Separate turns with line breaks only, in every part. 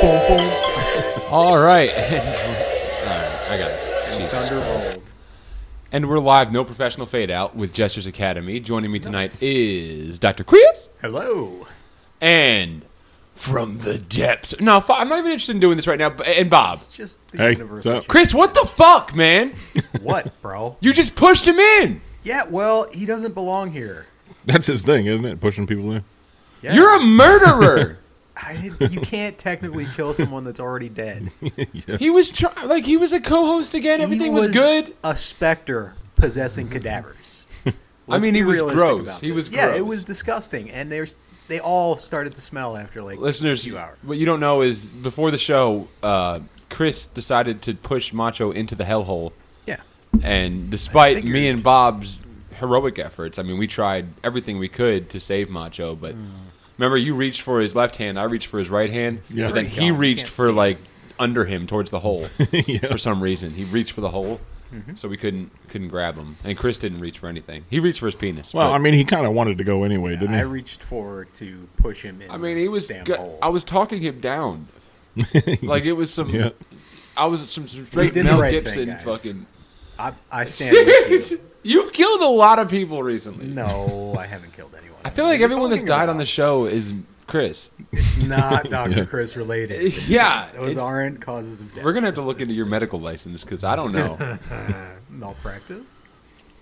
boom, boom.
All right. All right. I got this. Jesus.
Thunderbolt.
And we're live, no professional fade out with Gestures Academy. Joining me tonight is Dr. Chris
Hello.
and from the depths. No, Fo- I'm not even interested in doing this right now. but- And Bob,
It's just the
Hey,
universe.
what's up?
Chris, what the fuck, man?
What, bro?
You just pushed him in.
Yeah, well, he doesn't belong here.
That's his thing, isn't it? Pushing people in.
Yeah.
You're a murderer.
I didn't, you can't technically kill someone that's already dead.
he was try- like he was a co-host again.
He
Everything was, good.
A specter possessing cadavers. Let's
mean,
be
he was
realistic
gross.
about
He
this.
was
yeah, it
gross.
was disgusting, and there's they all started to smell after like
Listeners,
two hours.
what you don't know is before the show, uh, Chris decided to push Macho into the hellhole.
Yeah,
And despite
figured.
me and Bob's heroic efforts, I mean, we tried everything we could to save Macho, but
Mm.
remember, you reached for his left hand, I reached for his right hand,
Yeah.
but then
Pretty
he
gone. You
reached
can't
for
see him.
like under him towards the hole
yeah.
for some reason. He reached for the hole,
Mm-hmm.
so we couldn't couldn't grab him. And Chris didn't reach for anything. He reached for his penis.
Well,
but-
I mean, he kind of wanted to go anyway,
I
didn't
reached forward to push him in.
I mean,
the
he was.
damn
go-
hole.
I was talking him down. like it was some.
Yeah.
I was some, some straight
did the
Mel
right
Gibson
thing, guys.
fucking.
I, I stand with you.
You've killed a lot of people recently.
No, I haven't killed anyone.
I feel like everyone that's died on the
show.
show is Chris.
It's not Dr.
Yeah.
Chris related.
Yeah,
Those
it's-
aren't causes of death.
We're gonna have to look into your medical license because I don't know.
uh, malpractice.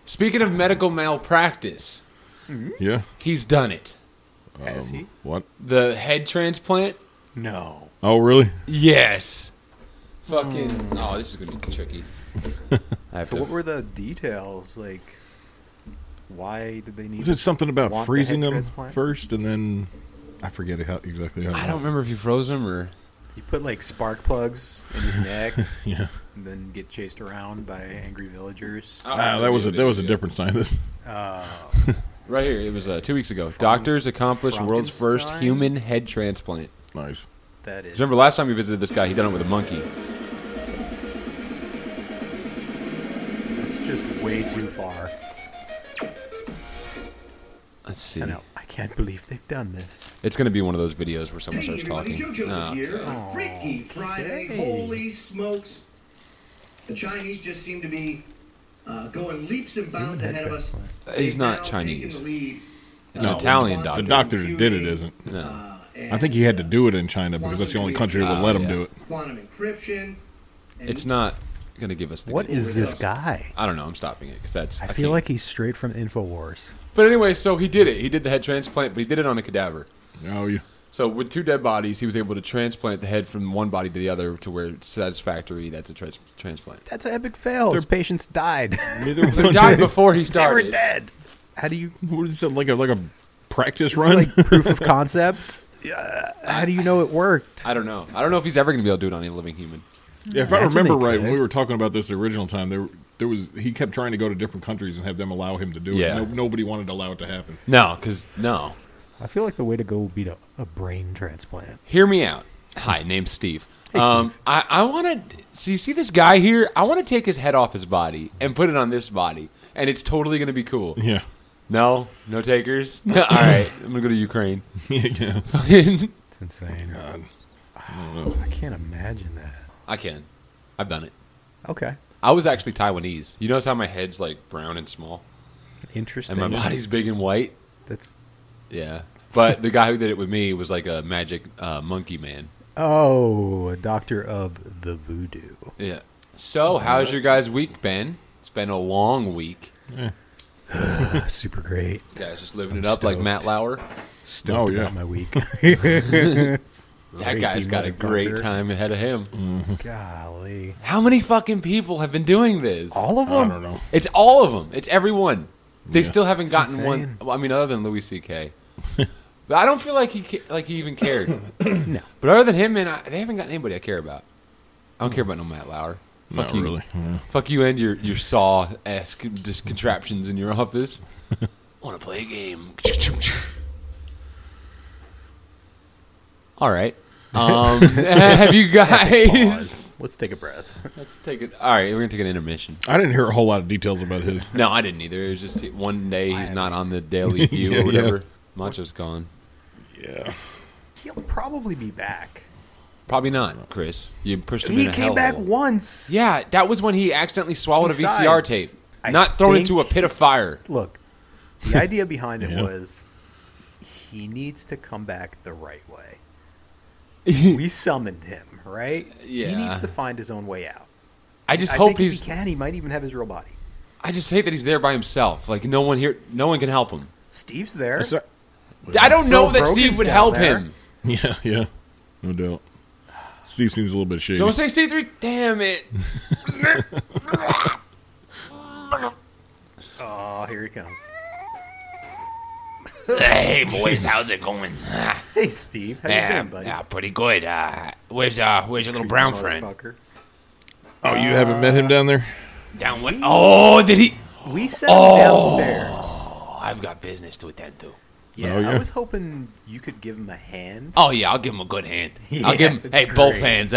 Speaking of medical malpractice,
he? Yeah. Um,
he's done it.
Has he?
What?
The head transplant.
No.
Oh, really?
Yes. Fucking. Oh, this is gonna be tricky. I have
Hmm. So
to-
what were the details? Like, why did they need?
Is it something about
Want the
freezing
head
them
transplant?
first and then I forget how exactly how.
I don't remember if you froze him or.
You put like spark plugs in his neck,
Yeah.
and then get chased around by angry villagers.
Oh.
Ah, that was a that was a different scientist.
Right here, it was uh, two weeks ago. Doctors accomplished world's first
Frankenstein?
human head transplant.
Nice.
That is.
Remember last time we visited this guy, he done it with a monkey.
It's just way too far.
Let's see.
I know. I can't believe they've done this.
It's gonna be one of those videos where someone
Hey
starts
everybody,
talking.
JoJo
Oh,
here
God.
on Freaky Friday.
okay.
Holy smokes. The Chinese just seem to be uh, going leaps and bounds ahead of us.
Uh, He's
They've
not
now taken
Chinese.
the lead,
It's an
uh,
Italian
with
doctor.
The
Guantanamo
doctor that did it
Q-E,
isn't.
No.
uh, and
I think he had to do it in China because that's the only country that would let him do it.
Quantum encryption. and-
It's not gonna give us the.
What
good-
is this guy?
I don't know. I'm stopping it because that's.
I feel
can't-
like he's straight from Infowars.
But anyway, so he did it. He did the head transplant, but he did it on a cadaver.
Oh, you.
So with two dead bodies, he was able to transplant the head from one body to the other to where it's satisfactory. That's a trans- transplant.
That's an epic fail. His patients died.
Neither
He
one.
died before he
they were
started.
dead. How do you
What is it like a like a practice
It's
run?
like proof of concept. Uh, how do you know it worked?
I don't know. I don't know if he's ever gonna be able to do it on a living human.
Yeah, if I
Imagine
remember
they
right, when
could.
we were talking about this the original time, there there was he kept trying to go to different countries and have them allow him to do
Yeah.
it. No, nobody wanted to allow it to happen.
No, because no.
I feel like the way to go would be to a brain transplant.
Hear me out. Hi, name's Steve.
Hey,
um,
Steve.
I, I want to. So you see this guy here? I want to take his head off his body and put it on this body, and it's totally gonna be cool.
Yeah,
No, no takers. All right, I'm gonna go to Ukraine.
yeah.
I
It's insane.
God.
I can't imagine that.
can. I've done it.
Okay.
I was actually Taiwanese. You notice how my head's like brown and small,
Interesting.
and my body's big and white.
That's
Yeah. But the guy who did it with me was like a magic uh, monkey man.
oh, a doctor of the voodoo.
Yeah. So, how's your guys' week been? It's been a long week.
Ah, super great.
You guys just living it
I'm
up like
stoked.
Matt Lauer.
Stoked
Oh, yeah.
about my week.
That
Rapey
guy's got a great
motherfucker.
time ahead of him.
Golly.
How many fucking people have been doing this?
All of
I
them?
don't know.
It's all of them. It's everyone. They
Yeah.
still haven't
It's
gotten one.
insane.
Well, I mean, other than Louis C.K. but I don't feel like he ca- like he even cared.
No.
But other than him, man, I, they haven't got anybody I care about. I don't care
Mm.
about no Matt Lauer. Fuck
Not
you.
really. Yeah.
Fuck you and your your saw esque contraptions in your office. Want to play a game? All right. Um, have you guys?
Pause. Let's take a breath.
Let's take it. All right, we're gonna take an intermission.
I didn't hear a whole lot of details about his.
No, I didn't either. It was just one day he's not on the Daily View
Yeah,
or
yeah.
whatever. Macho's gone.
Yeah,
He'll probably be back.
Probably not, Chris. You pushed him
He
in a
came back
hellhole.
once.
Yeah, that was when he accidentally swallowed
Besides,
a VCR tape,
I
not thrown into a
think-
pit of fire.
Look, the idea behind it
Yeah.
was he needs to come back the right way. we summoned him, right? He
Yeah.
needs to find his own way out.
I just
I
hope
think if
he's.
he can, he might even have his real body.
I just hate that he's there by himself. Like no one here, no one can help him.
Steve's there.
I saw-
I don't know
Bro,
that
Brogan's
Steve would
down
help
there.
him.
yeah, yeah, no doubt. Steve seems a little bit shady.
Don't say Steve three. Damn it!
Oh, here he comes.
hey boys, how's it going? Ah,
Hey, Steve. How you doing, buddy?
pretty good. Uh, where's uh, where's your little
Creepy motherfucker.
oh, you haven't met him down there?
Down what? Oh, did he?
We sent him
Oh.
downstairs.
Oh, I've got business to attend to.
Yeah,
Oh,
I
yeah.
was hoping you could give him a hand.
Oh yeah, I'll give him a good hand.
Yeah,
I'll give him
that's
hey both
great.
hands. Huh?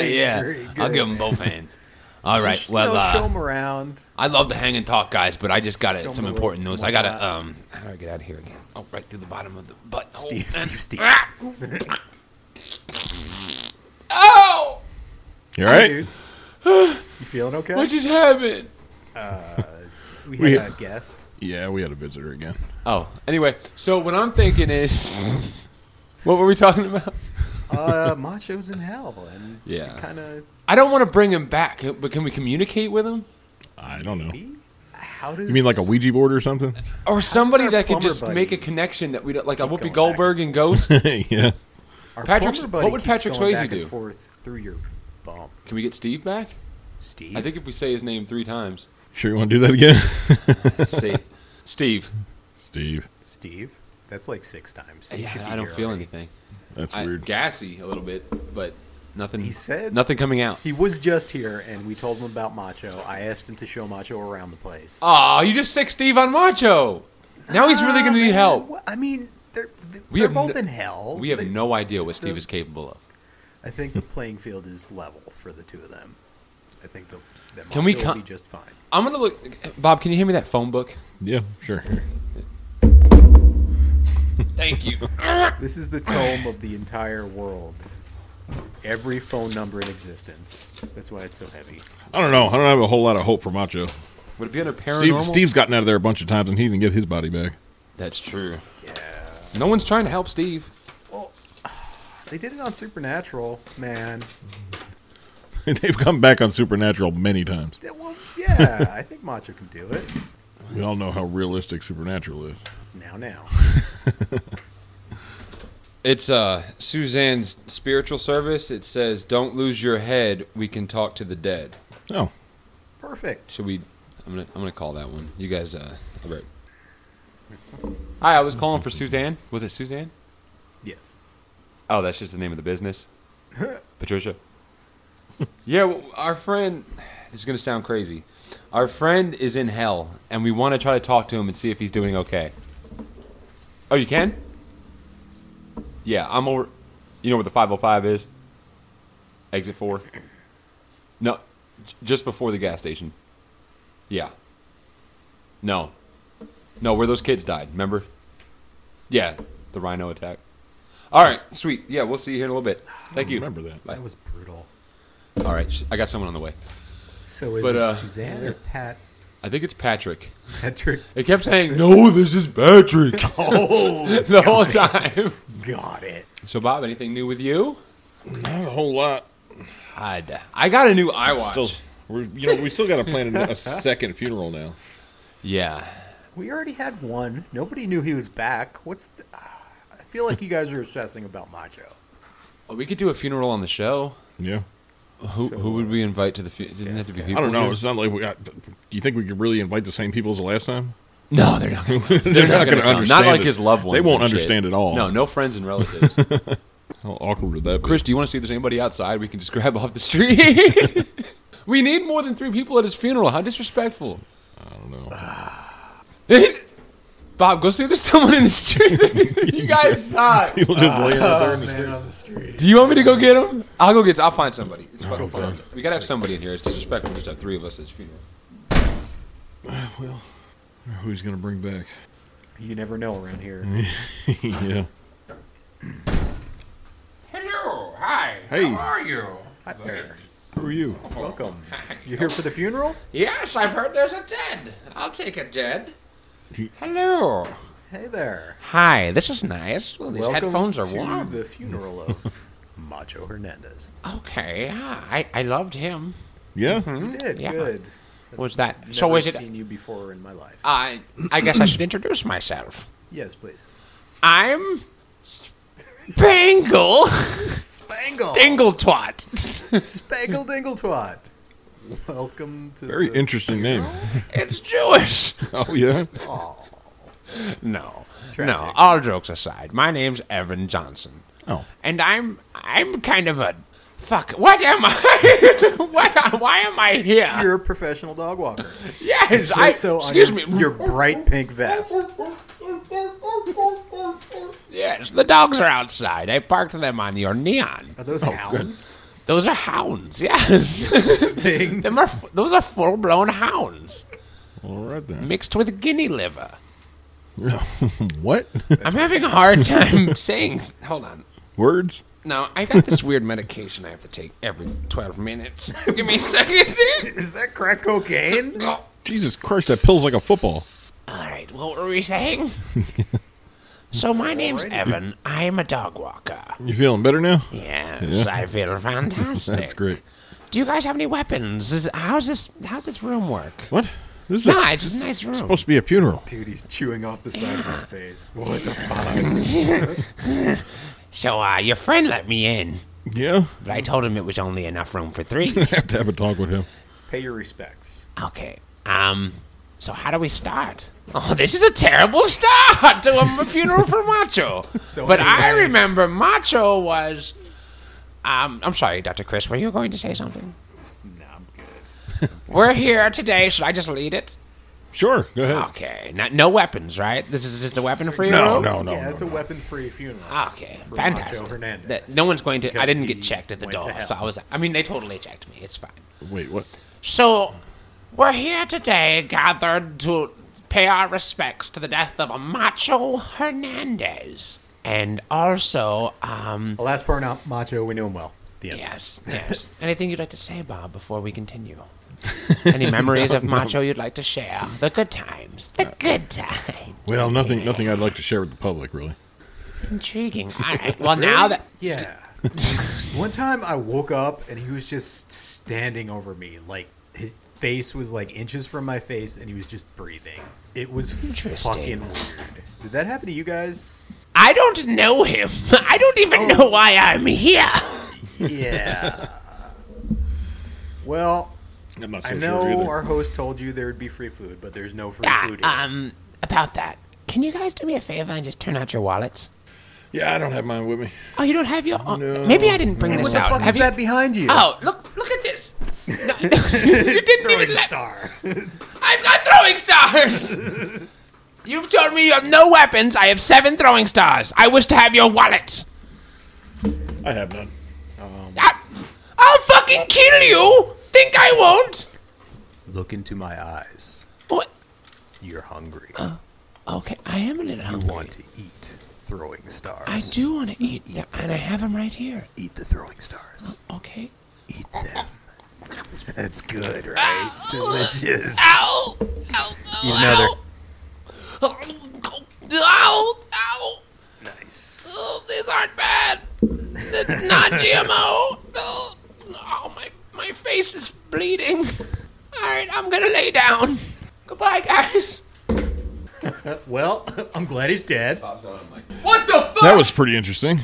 yeah,
very
I'll
good.
give him both hands. All right.
Just, you
well,
know,
uh,
show him around.
I love to hang and talk, guys, but I just got
Show 'em
to some
the
important
ropes
news.
and
I got to
whatnot.
um. How do I get out of here again? Oh, right through the bottom of the butt. hole.
Steve, Steve, Steve.
Oh,
You all right?
Dude. You feeling okay?
what just happened?
we
we-
had a guest.
Yeah, we had a visitor again.
Oh, anyway, so what I'm thinking is, what were we talking about?
Uh, Macho's in hell, and
Yeah.
kind of.
I don't want to bring him back, uh, but can we communicate with him
I don't know.
How does
You mean like a Ouija board or something?
or somebody
our
that could
plumber
just
buddy
make a connection that we don't like a
keep
Whoopi
going back
Goldberg and Ghost?
yeah.
Our
Patrick-
plumber buddy
what would
keeps
Patrick
going
Swayze
back
do?
And forth through your thumb,
Can we get Steve back?
Steve.
I think if we say his name three times,
Sure, you want to do that again?
let's see, Steve.
Steve,
Steve. That's like six times. He
Yeah,
should be
I don't
here
feel
already.
anything.
that's
I,
weird.
gassy a little bit, but nothing.
He said-
nothing coming out.
He was just here, and we told him about Macho. I asked him to show Macho around the place.
Oh, you just sick Steve on Macho. Now he's really
Ah,
going to need
man,
help.
wha- I mean, they're they're,
We
they're
have
both
no-
in hell.
We have
They-
no idea what Steve
the-
is capable of.
I think the playing field is level for the two of them. I think the that Macho
Can we
will
con-
be just fine.
I'm going to look. Bob, can you hand me that phone book?
Yeah, sure.
Thank you.
This is the tome of the entire world. Every phone number in existence. That's why it's so heavy.
I don't know. I don't have a whole lot of hope for Macho.
Would it be under paranormal?
Steve, Steve's gotten out of there a bunch of times, and he didn't get his body back.
That's true.
Yeah.
No one's trying to help Steve.
Well, they did it on Supernatural, man.
They've come back on Supernatural many times.
Yeah, Well, yeah, I think Macho can do it.
We all know how realistic Supernatural is.
Now, now.
It's uh Suzanne's spiritual service. It says, "Don't lose your head. We can talk to the dead."
Oh,
Perfect.
Should we? I'm gonna I'm gonna call that one. You guys, uh, all right. Hi, I was calling for Suzanne. Was it Suzanne?
Yes.
Oh, that's just the name of the business. Patricia. yeah, well, our friend. This is gonna sound crazy. Our friend is in hell, and we want to try to talk to him and see if he's doing okay. Oh, you can? Yeah, I'm over. You know where the 505 is? Exit four. No, j- just before the gas station. Yeah. No. No, where those kids died. Remember? Yeah, the rhino attack. All right, sweet. Yeah, we'll see you here in a little bit. Thank you.
remember that.
Bye.
That was brutal.
All right, sh- I got someone on the way.
So is
But,
it
uh,
Suzanne or Pat?
I think it's Patrick.
Patrick?
It kept saying, "No, this is Patrick,"
Oh,
the whole time.
got it.
So, Bob, anything new with you?
not a whole lot.
God, I got a new iWatch.
Still, we're you know we still got to plan a second funeral now.
Yeah,
We already had one. Nobody knew he was back. What's. The, ah, I feel like you guys are obsessing about Macho.
Oh, we could do a funeral on the show.
Yeah,
Who who would we invite to the funeral? Didn't have to be
I
people.
don't know.
here.
It's not like we got. Do you think we could really invite the same people as the last time?
No, they're not. They're, not
not gonna
going to understand.
understand
Not like
it.
his loved ones.
They won't
and shit.
understand at all.
No, no friends and relatives.
How awkward would that be?
Chris, do you want to see if there's anybody outside we can just grab off the street? we need more than three people at his funeral. How disrespectful.
I don't know.
Bob, go see if there's someone in the street. you guys suck.
People just lay out there Oh, in
Oh,
the
man
street.
on the street.
Do you want me to go get him? I'll go get. I'll find somebody. It's fucking fun. We gotta have somebody in here. It's disrespectful just to have three of us at his funeral.
Who's gonna bring back?
You never know
Mm-hmm.
around here.
yeah.
Hello, hi.
Hey.
how are you?
Hi there.
Who are you?
Welcome. You here for the funeral?
Yes, I've heard there's a dead. I'll take a dead. Hello.
Hey there.
Hi, this is nice. Well, these
Welcome
headphones are
to
warm.
the funeral of Macho Hernandez.
Okay, yeah, I, I loved him.
Yeah.
Mm-hmm.
You did
Mm, yeah.
good.
Was that-
Never
so is it- Ah.
Seen you before in my life?
I I guess I should introduce myself.
yes, please.
I'm Spangle
Spangle.
Dingle Twat.
Spangle Dingle Twat. Welcome to
Very
the...
interesting name.
it's Jewish.
Oh yeah.
Oh,
No, no.
Tragic.
All jokes aside, my name's Evan Johnson,
Oh.
and I'm I'm kind of a fuck. What am I? what? Why am I here?
you're a professional dog walker.
yes,
Says
I.
so on
excuse
your-
me.
Your bright pink vest.
Yes, the dogs are outside. I parked them on your neon.
Are those hounds?
Those are hounds. Yes.
Sting.
Them are, those are full blown hounds
All right then.
mixed with guinea liver.
what?
I'm having a hard time saying. Hold on.
Words?
No, I got this weird medication I have to take every 12 minutes. Give me a second.
Is that crack cocaine?
All
Jesus Christ! That pill's like a football.
right, what were we saying? So, my name's Evan. I'm a dog walker.
You feeling better now?
Yes,
Yeah.
I feel fantastic.
That's great.
Do you guys have any weapons? Is, how's this How's this room work?
What? This is a-
Nah, it's just a nice room.
supposed to be a funeral.
Dude, he's chewing off the side of his face. What the fuck?
So, uh, your friend let me in,
Yeah.
but I told him it was only enough room for three.
Have to have a talk with him.
Pay your respects.
Okay. Um. So how do we start? Oh, this is a terrible start to a funeral for Macho.
So
but I
anyway-
remember Macho was. Um, I'm sorry, Dr. Chris. Were you going to say something?
Nah, I'm good.
We're here today. Should I just lead it?
Sure. Go ahead.
Okay. Not, no weapons, right? This is just a weapon-free
No,
room.
Oh, no, no.
yeah,
no,
it's a weapon-free funeral.
Ah, Okay.
For
fantastic.
Macho Hernandez.
That- no one's going to. I
Because
didn't
he
get checked at the
went to
door,
hell.
so I was. I mean, they totally checked me. It's fine.
no. Wait, what?
So, we're here today gathered to pay our respects to the death of a Macho Hernandez. And also, um,
The last part, not Macho, we knew him well. The end.
yes, yes. Anything you'd like to say, Bob, before we continue? Any memories of Macho you'd like to share? The good times.
Uh,
The good times.
Well, nothing. Nothing I'd like to share with the public, really.
Intriguing. All right. Well, now that.
Yeah. One time I woke up and he was just standing over me. Like his face was like inches from my face and he was just breathing. It was
Interesting.
fucking weird. Did that happen to you guys?
I don't know him. I don't even
Oh.
know why I'm here.
Yeah. well,
I'm not so
I
sure
know
either.
our host told you there would be free food, but there's no free
Ah,
food here.
um, about that. Can you guys do me a favor and just turn out your wallets?
yeah, I don't have mine with me.
Oh, you don't have your. Oh,
No.
Maybe I didn't bring
Hey,
this
what the
out.
fuck
Have
is
you-
that behind you?
Oh, look! Look at this. No, you didn't
Throwing
even let.
star.
I've got throwing stars. You've told me you have no weapons. I have seven throwing stars. I wish to have your wallets.
I have none.
I, I'll fucking kill you. Think I won't?
Look into my eyes.
What?
You're hungry.
Uh, Okay, I am a little
you
hungry.
want to eat throwing stars.
I do want to eat, them, and I have them right here.
Eat the throwing stars.
Okay.
Eat them. That's good, right? Delicious.
Ow! Ow!
Even though they're-
Ow! Ow! Ow! Ow!
Nice.
Oh, these aren't bad. It's not GMO. Oh, oh, my my face is bleeding. All right, I'm gonna lay down. Goodbye, guys.
Well, I'm glad he's dead.
What the fuck?
That was pretty interesting.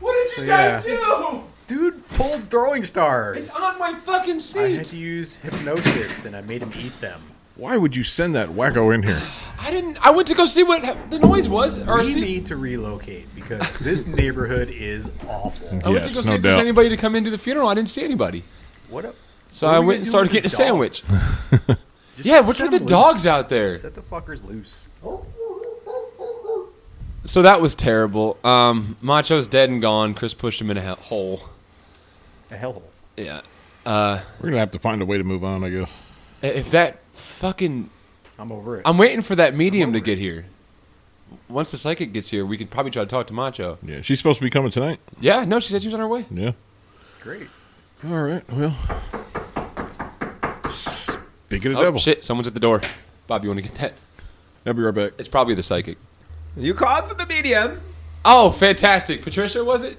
what did
so,
you guys
yeah.
do?
Dude pulled throwing stars.
It's on my fucking
I had
seat.
to use hypnosis and I made him eat them.
Why would you send that wacko in here?
I didn't. I went to go see what ha- the noise was, or
We
see.
need to relocate because this neighborhood is awful.
I went to
Yes,
go see
no
if there's
doubt.
anybody to come into the funeral. I didn't see anybody,
What up?
so
What
I
are we
went and
gonna
started
do with
getting a
these
sandwich.
dogs? Just
Yeah, what's
set
with the
them
dogs
loose.
out there?
Set the fuckers loose.
So that was terrible. Um, Macho's dead and gone. Chris pushed him in a he- hole.
A hellhole.
Yeah.
We're gonna have to find a way to move on, I guess.
If that fucking
I'm over it.
I'm waiting for that medium to get here. once the psychic gets here, we could probably try to talk to Macho.
Yeah, she's supposed to be coming tonight.
Yeah, no, she said she was on her way.
Yeah.
Great.
All right. Well, speaking of
Oh,
devil,
shit, someone's at the door. Bob, you want to get that?
I'll be right back.
It's probably the psychic.
You called for the medium.
Oh, fantastic. Patricia, was it?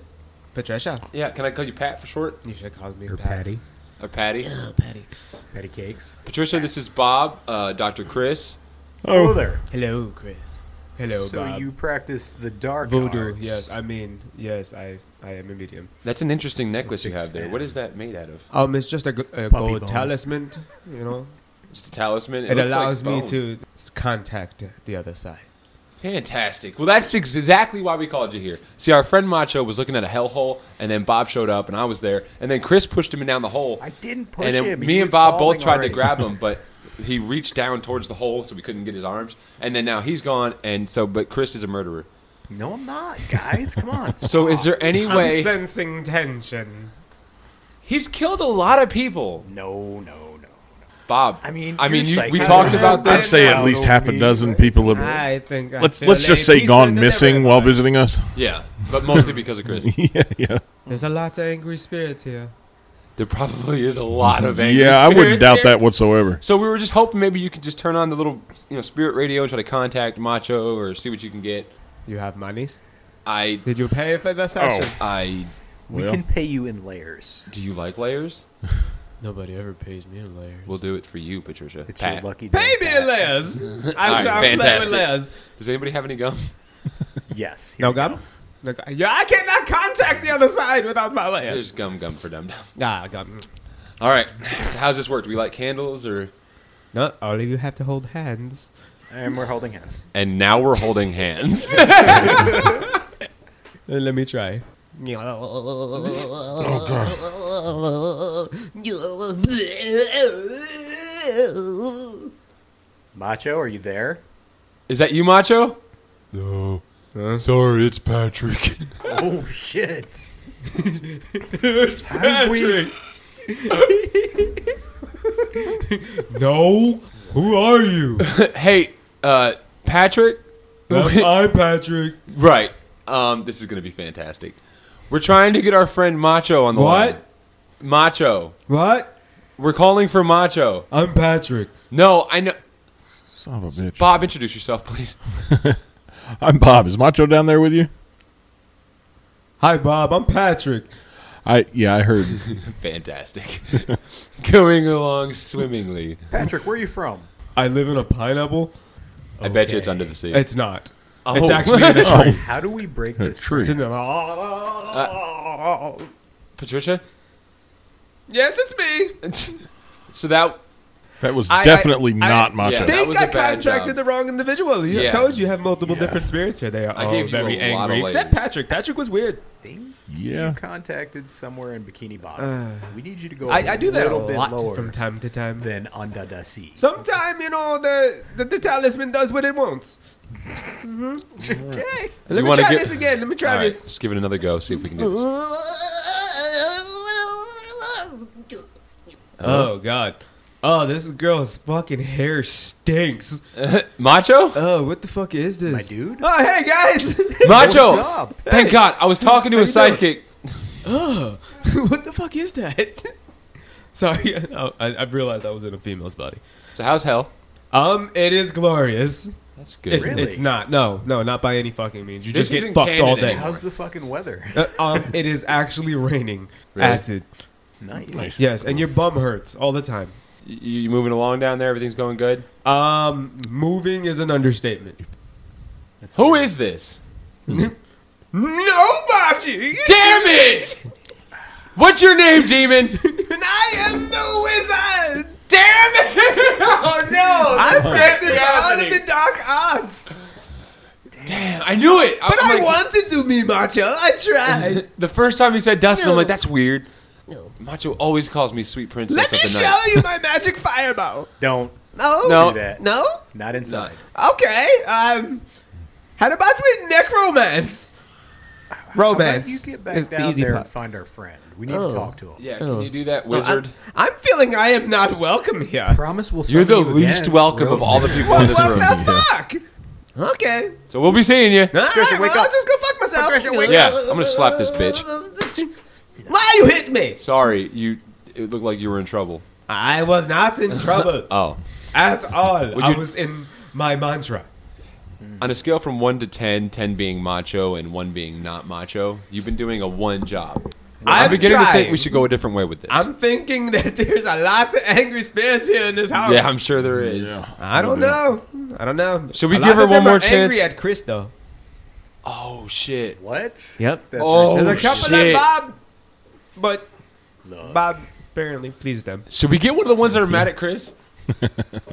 Patricia,
Yeah, can I call you Pat for short?
you should call me
Or
Pat.
patty.
Or Patty?
Patty cakes.
Patricia, this is Bob, uh, Dr. Chris.
Oh, there.
Hello, Chris. Hello,
so
Bob.
you practice the dark
Voodoo.
arts.
Yes, I mean, yes, I, I am a medium.
That's an interesting necklace you
Big
have there.
fan.
What is that made out of?
Um, it's just a, g-
Puppy
a gold
bones.
talisman, you know.
Just a talisman.
It,
looks like
allows me
bone.
to s- contact the other side.
Fantastic. Well, that's exactly why we called you here. See, our friend Macho was looking at a hellhole, and then Bob showed up, and I was there, and then Chris pushed him down the hole.
I didn't push
and then
him. He
me and
was
Bob both
falling
tried
already.
to grab him, but he reached down towards the hole, so we couldn't get his arms. And then now he's gone, and so but Chris is a murderer.
No, I'm not, guys. Come on.
So is there any way
sensing tension.
he's killed a lot of people?
No, no, no.
Bob,
I mean,
I mean,
you're
you, we
psychotic.
talked about
I'd
this.
say at
Wow,
least
no
half a
meat,
dozen
right?
people have.
I think. I
let's
feel
let's just
a
say
pizza
gone missing
delivered.
while visiting us.
Yeah, but mostly because of Chris.
yeah, yeah.
There's a lot of angry spirits here.
There probably is a lot of angry.
Yeah, I wouldn't
spirits
doubt
here.
that whatsoever.
So we were just hoping maybe you could just turn on the little, you know, spirit radio and try to contact Macho or see what you can get.
You have monies?
I,
Did you pay for
Oh.
the session?
I,
We
Well.
can pay you in layers.
do you like layers?
Nobody ever pays me in layers.
We'll do it for you, Patricia.
It's your
Pat.
lucky day.
pay me in
Pat.
layers.
right,
I'm sure I'm playing with
fantastic.
layers.
Does anybody have any gum?
Yes.
No gum? No gum. Yeah, I cannot contact the other side without my
There's
layers.
gum, gum for dum dum.
Nah, gum.
All right, so how's this work? Do we light candles or?
No, all of you have to hold hands.
And we're holding hands.
And now we're holding hands.
Uh, Let me try.
Macho, are you there?
is that you, Macho?
No.
Huh?
Sorry, it's Patrick.
Oh shit! How did
Patrick. no, who are you?
hey, uh, Patrick.
I'm Patrick.
Right. Um, this is gonna be fantastic. We're trying to get our friend Macho on the
What?
line. Macho.
What?
We're calling for Macho.
I'm Patrick.
No, I know.
Son of a bitch.
Bob, introduce yourself, please.
I'm Bob. Is Macho down there with you?
Hi, Bob. I'm Patrick.
I yeah, I heard.
Fantastic. Going along swimmingly.
Patrick, where are you from?
I live in a pineapple.
I bet you it's
Okay.
under the sea.
It's not.
Oh.
It's actually in a tree.
How do we break this?
tree.
It's in a-
Patricia.
yes, it's me.
So that
That was
I- I-
definitely
I-
not Macho.
Yeah, that
think
was a
I
bad
contacted
job.
the wrong individual. You
Yeah.
told you have multiple different spirits here. They are
I
all
gave you
very
a lot of
angry. Except
layers.
Patrick. Patrick was weird.
thing?
Yeah.
You contacted somewhere in Bikini Bottom. we need you to go
I, I do that
little
a
bit
lot
lower
from time to time.
than under the sea.
Sometime you know the, the the talisman does what it wants.
Mm-hmm. okay.
Let me
wanna
try
get-
this again. Let me try
All right,
this.
let's give it another go. See if we can do this.
Oh God. Oh, this girl's fucking hair stinks.
Macho.
Oh, what the fuck is this?
My dude?
Oh, hey guys.
Macho.
What's up?
Thank God. I was talking to a
How you doing?
psychic.
oh, what the fuck is that? Sorry, I, I I realized I was in a female's body.
So how's hell?
Um, it is glorious.
That's good.
It's,
Really?
it's not. No, no, not by any fucking means. You
This
just
isn't
get fucked all
canon
day.
How's the fucking weather?
Uh, um, it is actually raining
Really?
acid.
nice.
Yes, and your bum hurts all the time.
You, you moving along down there? Everything's going good.
Um, moving is an understatement.
Who is this?
Nobody,
Damn it! What's your name, demon?
and I am the wizard.
Damn it! Oh no!
I practice
be
all of
happening. Oh
the dark arts,
Damn, I knew it.
but I wanted to be macho. I tried.
The first time he said Dustin, I'm like, that's weird. Macho always calls me sweet princess.
Let
of
me
the
show
night.
you my magic fireball.
Don't
No,
No.
do that.
no.
Not inside.
Okay. Um, how about we necromance?
How
Romance.
about you get back
is Oh, the
down
easy
there
part.
and find our friend. We need to talk to him.
Oh. Yeah, can you do that, wizard?
I'm, I'm feeling I am not welcome here.
Promise we'll.
You're
summon
the
you
least
again
welcome
real
of all the
soon.
people
What,
in this
what
room.
the fuck? Okay.
So we'll be seeing you.
All
Patricia,
right,
wake
well,
up.
I'll just go fuck myself.
Patricia, wake
Yeah, I'm gonna slap this bitch.
Why you hit me?
Sorry, you. It looked like you were in trouble.
I was not in trouble
Oh.
at all.
Would
I
you-
was in my mantra.
On a scale from one to 10, 10 being macho and one being not macho, you've been doing a one job.
I'm,
I'm beginning
trying.
to think we should go a different way with this.
I'm thinking that there's a lot of angry spirits here in this house.
yeah, I'm sure there is.
I don't know. I don't know.
Should we
A
give
lot
her
of
one
them
more
are Angry
chance?
at Chris though.
Oh shit.
What?
Yep.
That's
Oh,
ridiculous.
There's a couple
shit.
of Bob, but
Look.
Bob apparently pleased them.
Should we get one of the ones that are mad at Chris?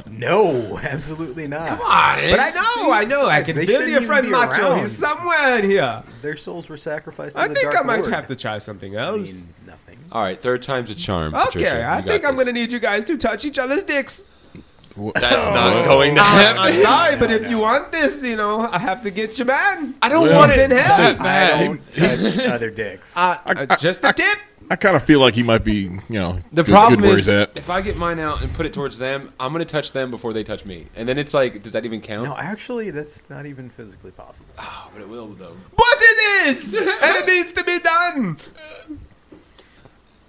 No, absolutely not.
But I know, I know, I
Besides,
can
they
feel
shouldn't
your
even
friend
be
Macho.
around.
He's somewhere in here.
Their souls were sacrificed to
I
the
think I
Dark
might
Lord.
have to try something
I
else.
mean, nothing.
All right, third time's a charm.
okay,
Patricia. You
I
got
think I'm
this.
gonna need you guys to touch each other's dicks.
That's not going to
I'm
happen.
sorry, but if you want this, you know, I have to get your man.
I don't
Well,
want
it's
it
in hell.
that
I
bad.
don't touch other dicks.
Uh, just the tip.
I kind of feel like he might be, you know,
The
good,
problem
good where
is,
he's at.
if I get mine out and put it towards them, I'm gonna touch them before they touch me, and then it's like, does that even count?
no, actually, that's not even physically possible.
Oh, but it will though.
But it is, and it needs to be done.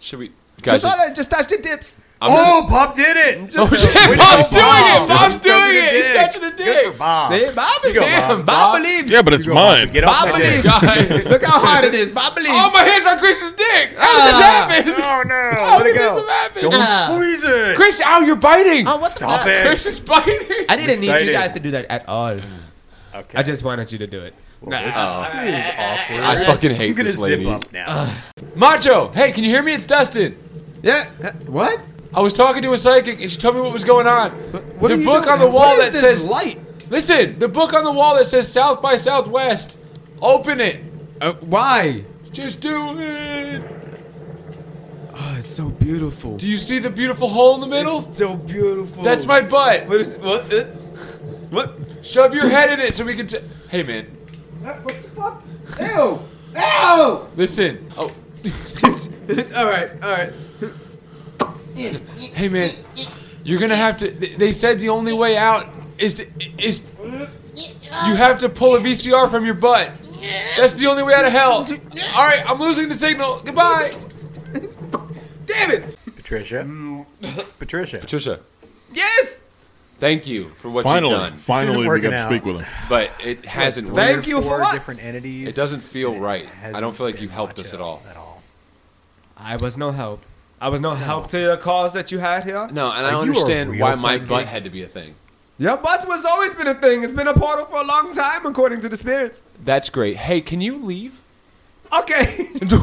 Should we, guys?
just,
Just,
all I- just touch the tips.
I'm
oh, Bob did it!
just, oh shit!
Way to
Bob's
go,
doing
Bob.
it.
He's
Bob's
touching
doing
a
it. He's
dick.
touching a
Good for
dick.
Bob.
See, Bob is
Go,
damn.
Bob.
Bob,
Bob.
believes.
Yeah, but
You
it's
go,
mine.
Bob. Get off
Bob
my dick.
believes, guys.
Look how hard it is. Bob believes.
Oh, my hands on Chris's dick. How did this
Ah.
happen?
Oh no!
How
Let
did
it
this
go.
happen?
Don't squeeze it.
Chris, ow, you're biting.
Oh, what the
Stop
fuck?
it.
Chris is biting.
I didn't need
excited.
you guys to do that at all. I just wanted you to do it.
I fucking hate
I'm gonna
this
zip
lady.
up now.
Macho, hey, can you hear me? It's Dustin.
Yeah. uh, What?
I was talking to a psychic and she told me what was going on.
What
the
are you
book
doing?
on the
What
wall
is
that
this
says
light.
Listen, the book on the wall that says South by Southwest. Open it.
Uh, why?
Just do it.
Oh, it's so beautiful.
Do you see the beautiful hole in the middle?
It's so beautiful.
That's my butt.
What is what? Uh, what?
Shove your head in it so we can t- Hey man,
Uh,
What the fuck? Ew! Ew!
listen. Oh,
all right, all right.
hey man. You're going to have to th- they said the only way out is to, is you have to pull a VCR from your butt. That's the only way out of hell. All right, I'm losing the signal. Goodbye.
Damn it!
Patricia. Patricia.
Patricia,
Yes.
thank you for what you've
Finally,
done.
finally, we
working
got to
out.
speak with him.
But it hasn't
Three
worked.
or
Thank you for
four
what?
different entities.
It doesn't feel
and it
right. I
hasn't
don't feel like
been
you helped us
macho
at all.
At all.
I was no help. I was no, help to the cause that you had here.
No, and I don't
Are you a
understand
real
why my
psychic?
butt had to be a thing.
Your butt was always been a thing. It's been a portal for a long time, according to the spirits.
That's great. Hey, can you leave?
Okay.
well,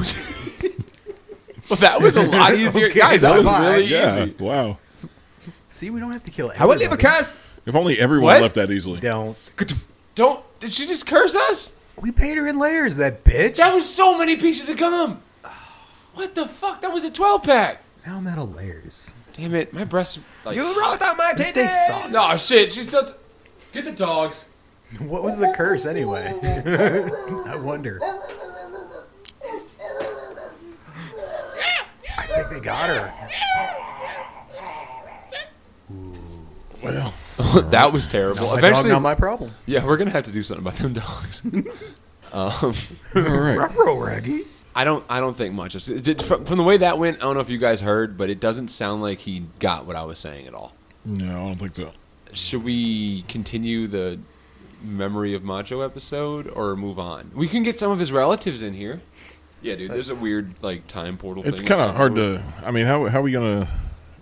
that was a lot easier.
Okay,
Guys, that was
bye-bye.
really
Yeah,
easy.
wow.
See, we don't have to kill everybody.
I would leave a curse.
If only everyone
What?
left that easily.
Don't.
Don't. Did she just curse us?
We paid her in layers, that bitch.
That was so many pieces of gum. What the fuck? That was a 12 pack.
now I'm out of layers.
Damn it. My breasts. Like,
You wrote on my
This day
titties.
sucks.
no, shit. She's still. Get the dogs.
What was the curse anyway? I wonder. I think they got her.
Well,
that was terrible.
My dog,
Eventually.
not my problem.
yeah, we're going to have to do something about them dogs. um.
all right.
Ruh-roh, Raggy.
I don't. I don't think much. It's- it did- from, from the way that went, I don't know if you guys heard, but it doesn't sound like he got what I was saying at all.
No, I don't think so.
Should we continue the memory of Macho episode or move on? We can get some of his relatives in here. Yeah, dude. There's a weird like time portal.
It's
thing
kind of
outside.
hard to. I mean, how how are we gonna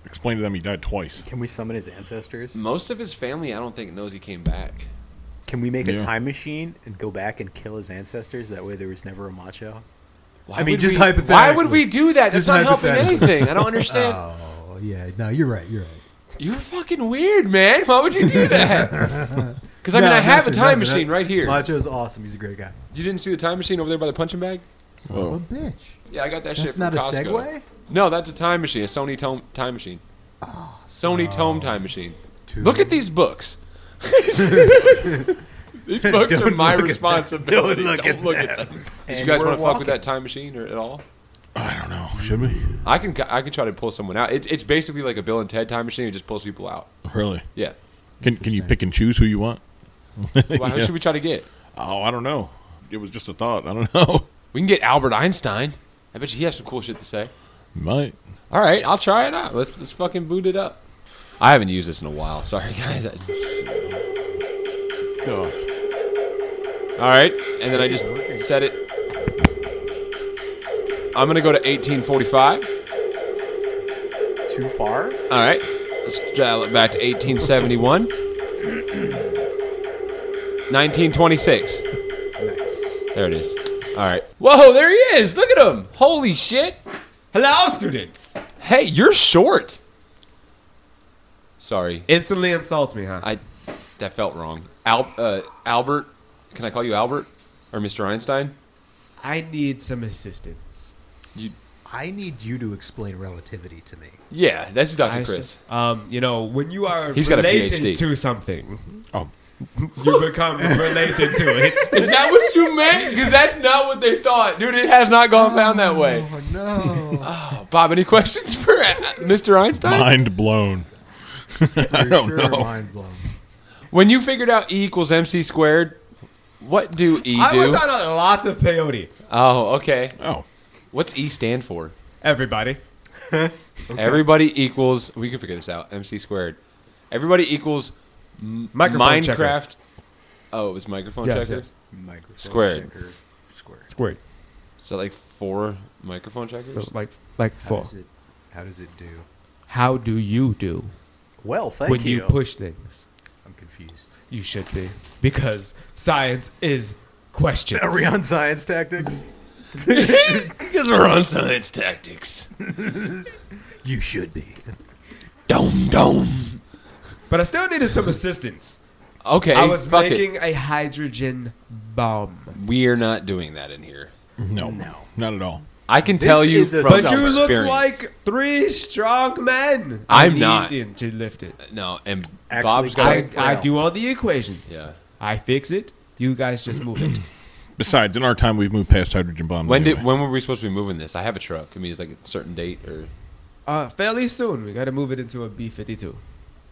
explain to them he died twice?
Can we summon his ancestors?
Most of his family, I don't think knows he came back.
Can we make a
Yeah.
time machine and go back and kill his ancestors? That way there was never a macho.
Why
I mean,
would
just
we- Why would
hypothetically.
we do that? That's
Just
not helping
hypothetically.
anything. I don't understand.
Oh yeah, no, you're right. You're right.
You're fucking weird, man. Why would you do that? Because I mean, I have a time machine right here.
Macho's awesome. He's a great guy.
You didn't see the time machine over there by the punching bag?
Son of a bitch.
Yeah, I got that shit
That's
from
not a
Costco.
segue.
No, that's a time machine, a Sony tome time machine.
Oh,
Sony tome time machine.
Two.
Look at these books. these books are
Don't look
my
at them.
responsibility.
Don't look
Don't
at
look at
them.
them. Did you
And
guys
we're
want to fuck with
walking.
that time machine or, at all?
I don't know. Should we?
I can I can try to pull someone out. It, it's basically like a Bill and Ted time machine. It just pulls people out.
Really?
Yeah.
Can can you pick and choose who you want?
Why, Who
Yeah.
should we try to get?
Oh, I don't know. It was just a thought. I don't know.
We can get Albert Einstein. I bet you he has some cool shit to say.
Might.
All right, I'll try it out. Let's let's fucking boot it up. I haven't used this in a while. Sorry, guys. I just... God. All right, and then I just set it. I'm gonna go to 1845.
Too far?
All right, let's dial it back to 1871. 1926.
Nice.
There it is. All right. Whoa, there he is. Look at him. Holy shit.
Hello, students.
Hey, you're short. Sorry.
Instantly insult me, huh?
I that felt wrong. Al, uh, Albert, can I call you Albert or Mr. Einstein?
I need some assistance.
I need you to explain relativity to me.
Yeah, that's Dr.
I
Chris.
s- Um, you know, when you are
He's got a PhD.
related to something,
Oh.
you become related to it.
Is that what you meant? Because that's not what they thought, dude. It has not gone down that way.
Oh no!
Oh, Bob, any questions for uh, Mr. Einstein?
Mind blown.
I
don't
sure
know.
Mind blown.
When you figured out E equals MC squared, what do E
I
do?
was on a lots of peyote.
oh, okay.
Oh.
What's E stand for?
Everybody.
Everybody equals. We can figure this out. MC squared. Everybody equals
Microphone
Minecraft.
checker.
Oh, it was microphone
Yes,
checker.
yes.
Microphone
Squared.
checker. Squared.
Squid.
Is that like four microphone checkers?
So like like
How
four.
does it? How does it do?
How do you do
Well, thank
when you. push things?
I'm confused.
You should be because science is questions.
Are we on science tactics?
Because we're on science tactics.
you should be.
Dome, dome.
But I still needed some assistance.
Okay,
I was
fuck
making a hydrogen bomb.
it. We're not doing that in here.
No.
No.
Not at all.
I can
This
tell you
is a
from
But
Some
you
experience.
look like three strong men.
I'm
I
not.
need him to lift it.
no, and
Actually,
Bob's got.
I,
Going
I
down.
do all the equations.
Yeah.
I fix it. You guys just move it.
Besides, in our time, we've moved past hydrogen bombs.
When did?
anyway.
When were we supposed to be moving this? I have a truck. I mean, it's like a certain date or
Uh, fairly soon, we got to move it into a B-52,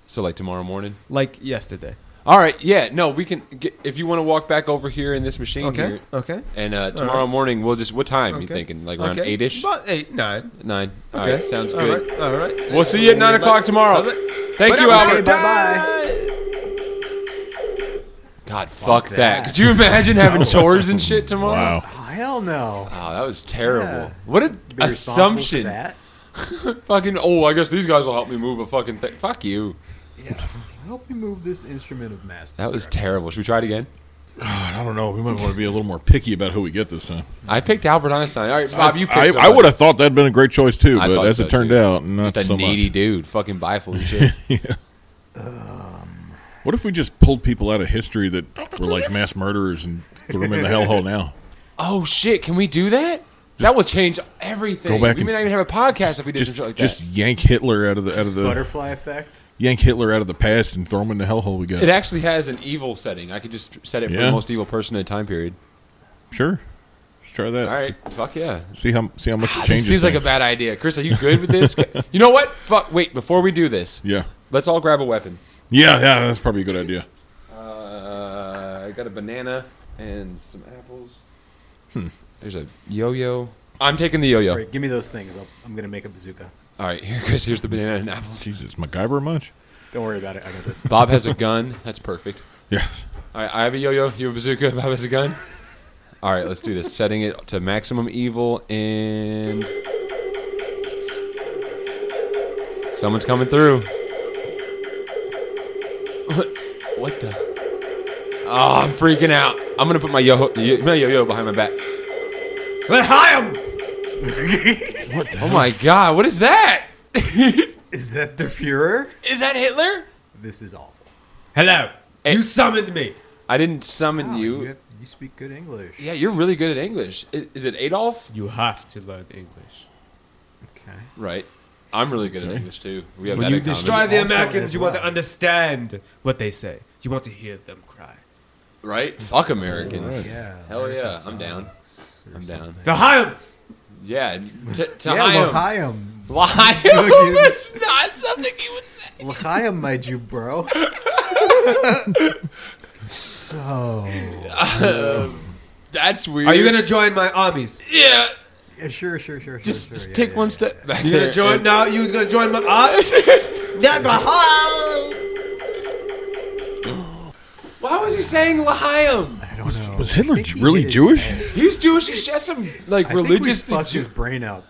so, like tomorrow morning.
like yesterday.
All right. Yeah. No, we can. Get, if you want to walk back over here in this machine
Okay.
here,
Okay.
and uh, tomorrow morning we'll just. What time you
okay.
thinking? Like around
Okay.
eight ish,
About eight, nine.
nine. All
Okay.
right. Sounds
All
good.
right, All right.
We'll see you at nine o'clock tomorrow. Thank
Okay,
you, Albert.
bye-bye.
God, fuck, that.
that.
Could you imagine having chores and shit tomorrow?
Wow.
Oh, hell no.
Wow, that was terrible.
Yeah.
What an
Be responsible for
assumption.
that?
Fucking. Oh, I guess these guys will help me move a fucking thing. Fuck you.
Yeah. Help me move this instrument of mass.
That was
destruction.
terrible. Should we try it again?
I don't know. We might want to be a little more picky about who we get this time.
I picked Albert Einstein. All right, Bob, you picked.
I, I
somebody.
would have thought that'd been a great choice too,
I
but
thought
as
so,
it turned
too.
out, not
Just a
so
needy
much.
dude. Fucking bifle and shit.
What if we just pulled people out of history that were like mass murderers and threw them in the hellhole now?
oh shit! Can we do that? That will change everything.
Go back
we
and-
may not even have a podcast if we did
Just,
some shit like
just
that.
yank Hitler out of the out
Just
of the
butterfly effect.
yank Hitler out of the past and throw him in the hellhole we got.
It actually has an evil setting. I could just set it for the
Yeah.
most evil person in a time period.
sure, let's try that.
All right, fuck yeah.
See how see how much it
Ah,
changes.
This seems like a
things.
bad idea. Chris, are you good with this? you know what? Fuck. Wait, before we do this,
yeah,
let's all grab a weapon.
yeah, yeah. That's probably a good idea.
Uh, I got a banana and some apples.
Hmm.
There's a yo-yo. I'm taking the yo-yo.
All right, give me those things. I'll, I'm gonna make a bazooka.
All right, here, Chris. Here's the banana and apples.
Jesus, MacGyver much?
Don't worry about it. I know this.
Bob has a gun. That's perfect.
Yeah.
All right, I have a yo-yo. You have a bazooka. Bob has a gun. All right, let's do this. Setting it to maximum evil and someone's coming through. what the? Oh, I'm freaking out. I'm gonna put my yo my yo-yo behind my back.
Let high him.
Oh my god, what is that?
Is that the Fuhrer?
Is that Hitler?
This is awful.
Hello.
Hey.
You summoned me.
I didn't summon
Oh
Oh, you.
have- you speak good English.
Yeah, you're really good at English. I- Is it Adolf?
You have to learn English.
Okay.
Right. I'm really good at English too. We have
When
that
you
in common.
destroy the
Also
Americans,
as
you want
well.
to understand what they say. You want to hear them cry.
Right? Fuck Americans.
Yeah.
Hell
America
yeah, I'm down.
sucks or
I'm down.
something.
The him.
Yeah. T- to
Yeah,
Chaim.
L'chaim.
Chaim.
Look, you-
That's not something you would say.
L'chaim, my Jew bro. So
Um, That's weird.
Are you gonna join my armies?
Yeah.
yeah, sure, sure, sure,
Just,
sure.
just
sure, yeah,
take
yeah,
one
yeah.
step back.
You gonna
there
join
and-
now? You gonna join my armies?
Why was he saying Lahayim?
I don't know.
Was Hitler
I think he
really
hit his
Jewish?
head.
He's Jewish. He's just some like
I think we
religious.
fucked his brain up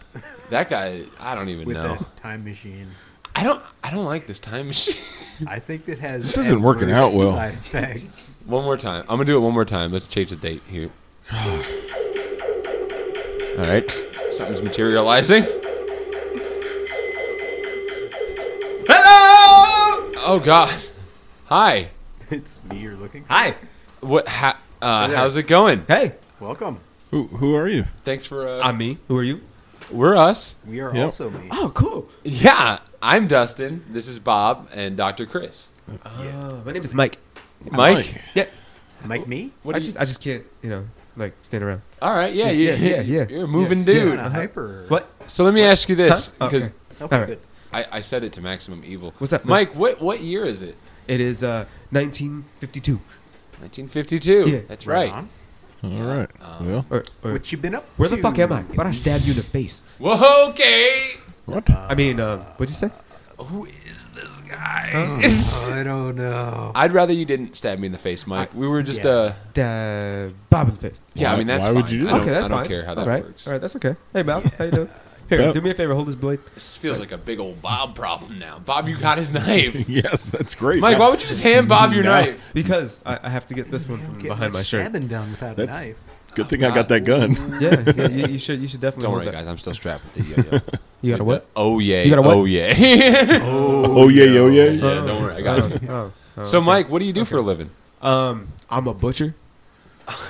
That guy. I don't even
with
know.
that time machine.
I don't. I don't like this time machine.
I think that has
This isn't working
adverse
out well.
Side effects.
one more time. I'm gonna do it one more time. Let's change the date here. All right. Something's materializing.
Hello.
Oh God. Hi.
It's me you're looking for.
Hi.
What? Ha, uh,
there.
how's it going?
Hey.
Welcome.
Who who are you?
Thanks for. Uh,
I'm me. Who are you?
we're us.
We are
Yep.
also me.
Oh, cool.
Yeah. I'm Dustin. This is Bob and Dr. Chris.
Uh, my name is Mike.
Mike.
Mike.
Yeah.
Mike me?
What
I
do you-
just I just can't you know like stand around.
All right. Yeah.
Yeah,
you-
yeah, yeah.
You're a moving
Yes.
You're
dude.
on a hyper.
uh-huh. What?
So let me ask you this,
Huh?
because
Oh,
Okay,
Okay. All right.
good.
I, I said it to Maximum Evil.
What's up, man?
Mike? What what year is it?
It is uh 1952.
1952.
Yeah.
That's
Right
right.
on.
All right. well,
Or, or-
What you been up
where
to?
the fuck am I? Why'd I stab you in the face?
Whoa, okay.
what?
I mean, uh, what'd you say?
Who is this guy?
I don't know.
I'd rather you didn't stab me in the face, Mike. we were just
yeah.
uh.
Da- Bob in the face.
Yeah, I
Why-
mean that's
why would
fine.
you do
I
that?
don't,
Okay, that's
I don't
fine.
care how that
All right.
works.
All right, that's okay. Hey, Bob, how you doing? Here,
Yep.
do me a favor. Hold this blade.
This feels like a big old Bob problem now. Bob, you got his knife.
yes, that's great.
Mike, why would you just hand Bob your
No.
knife?
Because I, I have to get this one
I
from
don't get
behind
my
my shirt.
stabbing done without a
That's-
knife.
Good thing I got that gun.
Yeah, yeah you, you should. You should definitely.
Don't
hold
worry,
that.
guys. I'm still strapped with the yo-yo.
You got a what?
Oh yeah.
You got a what?
Oh yeah. yeah.
Oh, yeah, oh yeah.
Don't worry, I got it.
Oh, oh,
So,
okay.
Mike, what do you do for a living?
um, I'm a butcher.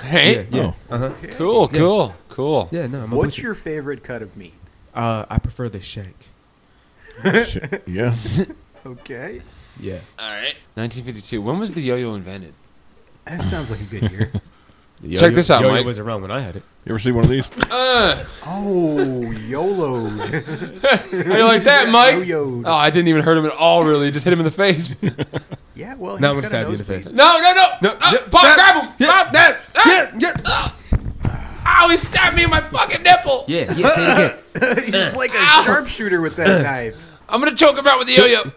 Hey.
Yeah, yeah.
Oh.
Uh huh.
Cool.
Yeah.
Cool. Cool.
Yeah, no. I'm a
What's
butcher.
your favorite cut of meat?
Uh, I prefer the shank.
Shit, yeah.
Okay.
Yeah.
All right. 1952. When was the yo-yo invented?
That sounds like a good year.
Check this out,
yo-yo
Mike.
was around when I had it.
You ever see one of these?
Uh,
Oh, YOLO. Dude.
how you like
just
that,
got
Mike?
yo-yoed.
Oh, I didn't even hurt him at all. Really, just hit him in the face. no,
Yeah, well, he's
Now
got
I'm gonna
a
stab you in the
nosebleed.
face.
no, no.
No,
Uh,
yeah,
Bob,
that-
grab him.
yeah,
Bob.
that-
Ah!
yeah,
Ow! He stabbed me in my fucking nipple.
Yeah, yeah. Say it again.
he's just like a
Ow.
sharpshooter with that knife.
I'm gonna choke him out with the yo-yo.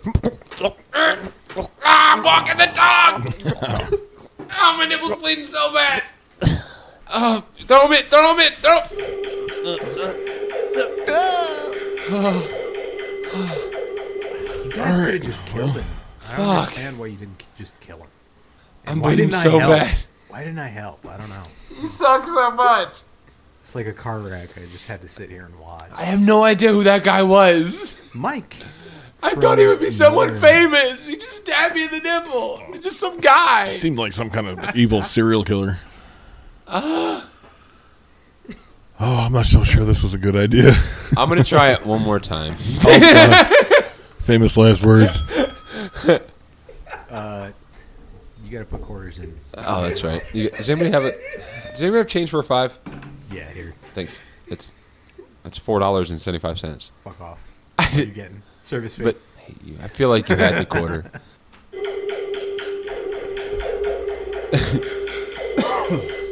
ah, I'm walking the dog. Ah, my nipple's bleeding so bad. Oh, throw him in. Throw him in. Throw.
You guys could have just killed him. I don't understand why you didn't k- just kill him.
I'm
why
bleeding
didn't I
so
help?
bad.
Why didn't I help? I don't know.
You suck so much.
It's like a car wreck. I just had to sit here and watch.
I have no idea who that guy was.
Mike.
I thought he would be someone
Norm.
famous. He just stabbed me in the nipple. Just some guy.
Seemed like some kind of evil serial killer. Oh, I'm not so sure this was a good idea.
I'm gonna try it one more time.
Famous last words.
You got to put quarters in.
Oh, that's right. You- does anybody have a? Does anybody have change for a five?
Yeah, here.
Thanks. It's that's four dollars and seventy five cents.
Fuck off.
I
What are you
did-
getting? Service fee.
But hey, you- I feel like you had the quarter.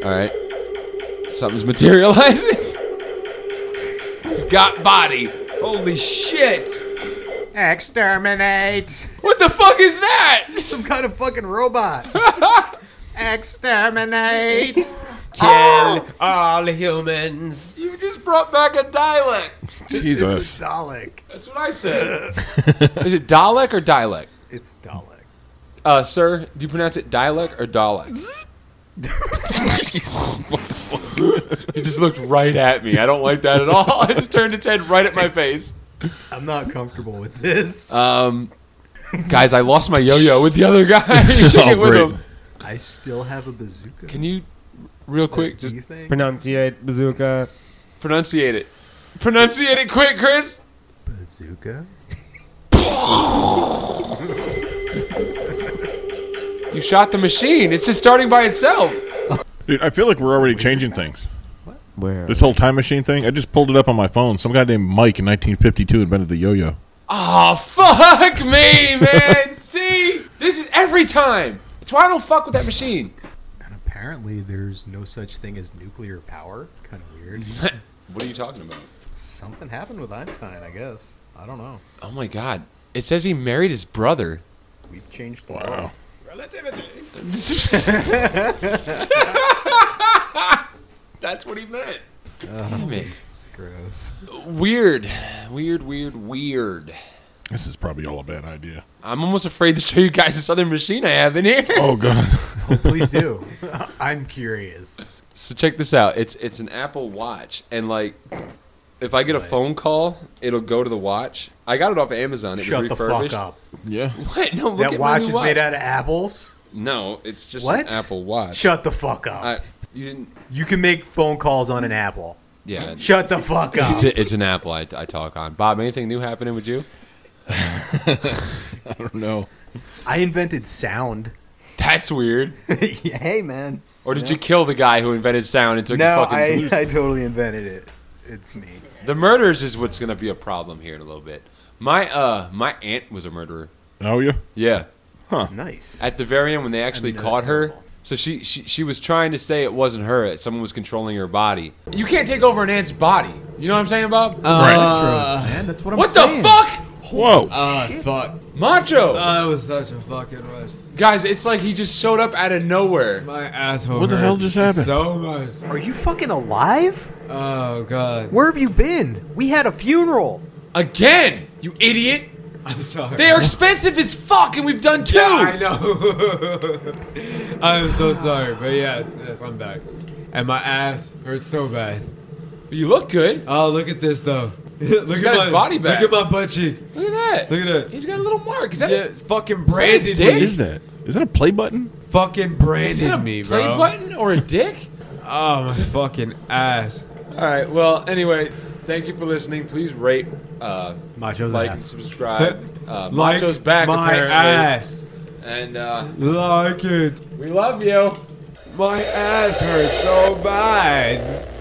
All right, something's materializing. Got body.
Holy shit!
Exterminate!
What the fuck is that?
Some kind of fucking robot. Exterminate!
Kill all humans.
You just brought back a dialect.
It's
Jesus.
a Dalek.
That's what I said. Is it Dalek or dialect?
It's Dalek.
Uh, sir, do you pronounce it dialect or Dalek? He just looked right at me. I don't like that at all. I just turned its head right at my face.
I'm not comfortable with this.
Um, guys, I lost my yo-yo with the other guy. He took
Oh,
it with
great.
him.
I still have a bazooka.
Can you, real quick,
Do you
just
think?
Pronunciate bazooka.
pronunciate it? Pronunciate it quick, Chris.
Bazooka?
You shot the machine. It's just starting by itself.
Dude, I feel like we're already changing things.
Where?
This whole time machine thing, I just pulled it up on my phone. Some guy named Mike in 1952 invented the yo-yo.
Oh, fuck me, man. See, this is every time. It's That's why I don't fuck with that machine.
And apparently, there's no such thing as nuclear power. It's kind of weird.
What are you talking about?
Something happened with Einstein, I guess. I don't know.
Oh my god. It says he married his brother.
We've changed the
Wow.
world.
Relativity.
That's what he meant.
Oh,
Damn it.
It's gross.
Weird. Weird, weird, weird.
This is probably all a bad idea.
I'm almost afraid to show you guys this other machine I have in here.
Oh god.
Please do. I'm curious.
So check this out. It's it's an Apple Watch, and like, if I get a
Right.
phone call, it'll go to the watch. I got it off of Amazon. It
Shut the
was
fuck
refurbished.
up.
yeah.
What? No, look
That
at
watch
my new
is
watch.
made out of apples?
No, it's just
What?
an Apple Watch.
Shut the fuck up.
I, you didn't.
You can make phone calls on an apple.
Yeah.
Shut the fuck up.
It's, a, it's an Apple I, I talk on. Bob, anything new happening with you?
I don't know.
I invented sound.
That's weird.
hey, man.
Or did you kill the guy who invented sound and took the fucking solution?
I totally invented it. It's me.
The murders is what's gonna be a problem here in a little bit. My uh, my aunt was a murderer.
Oh yeah.
Yeah.
Nice.
At the very end, when they actually
I know
caught
that's
her,
terrible.
so she, she she was trying to say it wasn't her. That someone was controlling her body. You can't take over an aunt's body. You know what I'm saying, Bob?
Right. Drugs, man. That's what I'm
what the
saying.
fuck,
Whoa.
Ah, fuck. Oh,
Macho?
That was such a fucking rush.
Guys, it's like he just showed up out of nowhere.
My asshole.
What the hell
hurts
just happened?
So much.
Are you fucking alive?
Oh god.
Where have you been? We had a funeral.
Again, you idiot!
I'm sorry.
They are expensive as fuck, and we've done two.
I know. I'm so sorry, but yes, yes, I'm back. And my ass hurts so bad.
you look good.
Oh, look at this though. look at
got
my
his body back.
Look at my butt cheek.
Look at that.
Look at that.
He's got a little mark. Is that
Yeah,
a,
fucking
that a
branded
dick?
What
me.
is that? Is that a play button?
Fucking
is that
branded
a
me,
play
bro.
button or a dick?
Oh my fucking ass.
All right. Well, anyway, thank you for listening. Please rate, uh,
Macho's
like, and
ass.
subscribe. Uh,
Like
Macho's back
my
apparently,
ass.
and uh,
Like it.
we love you.
My ass hurts so bad.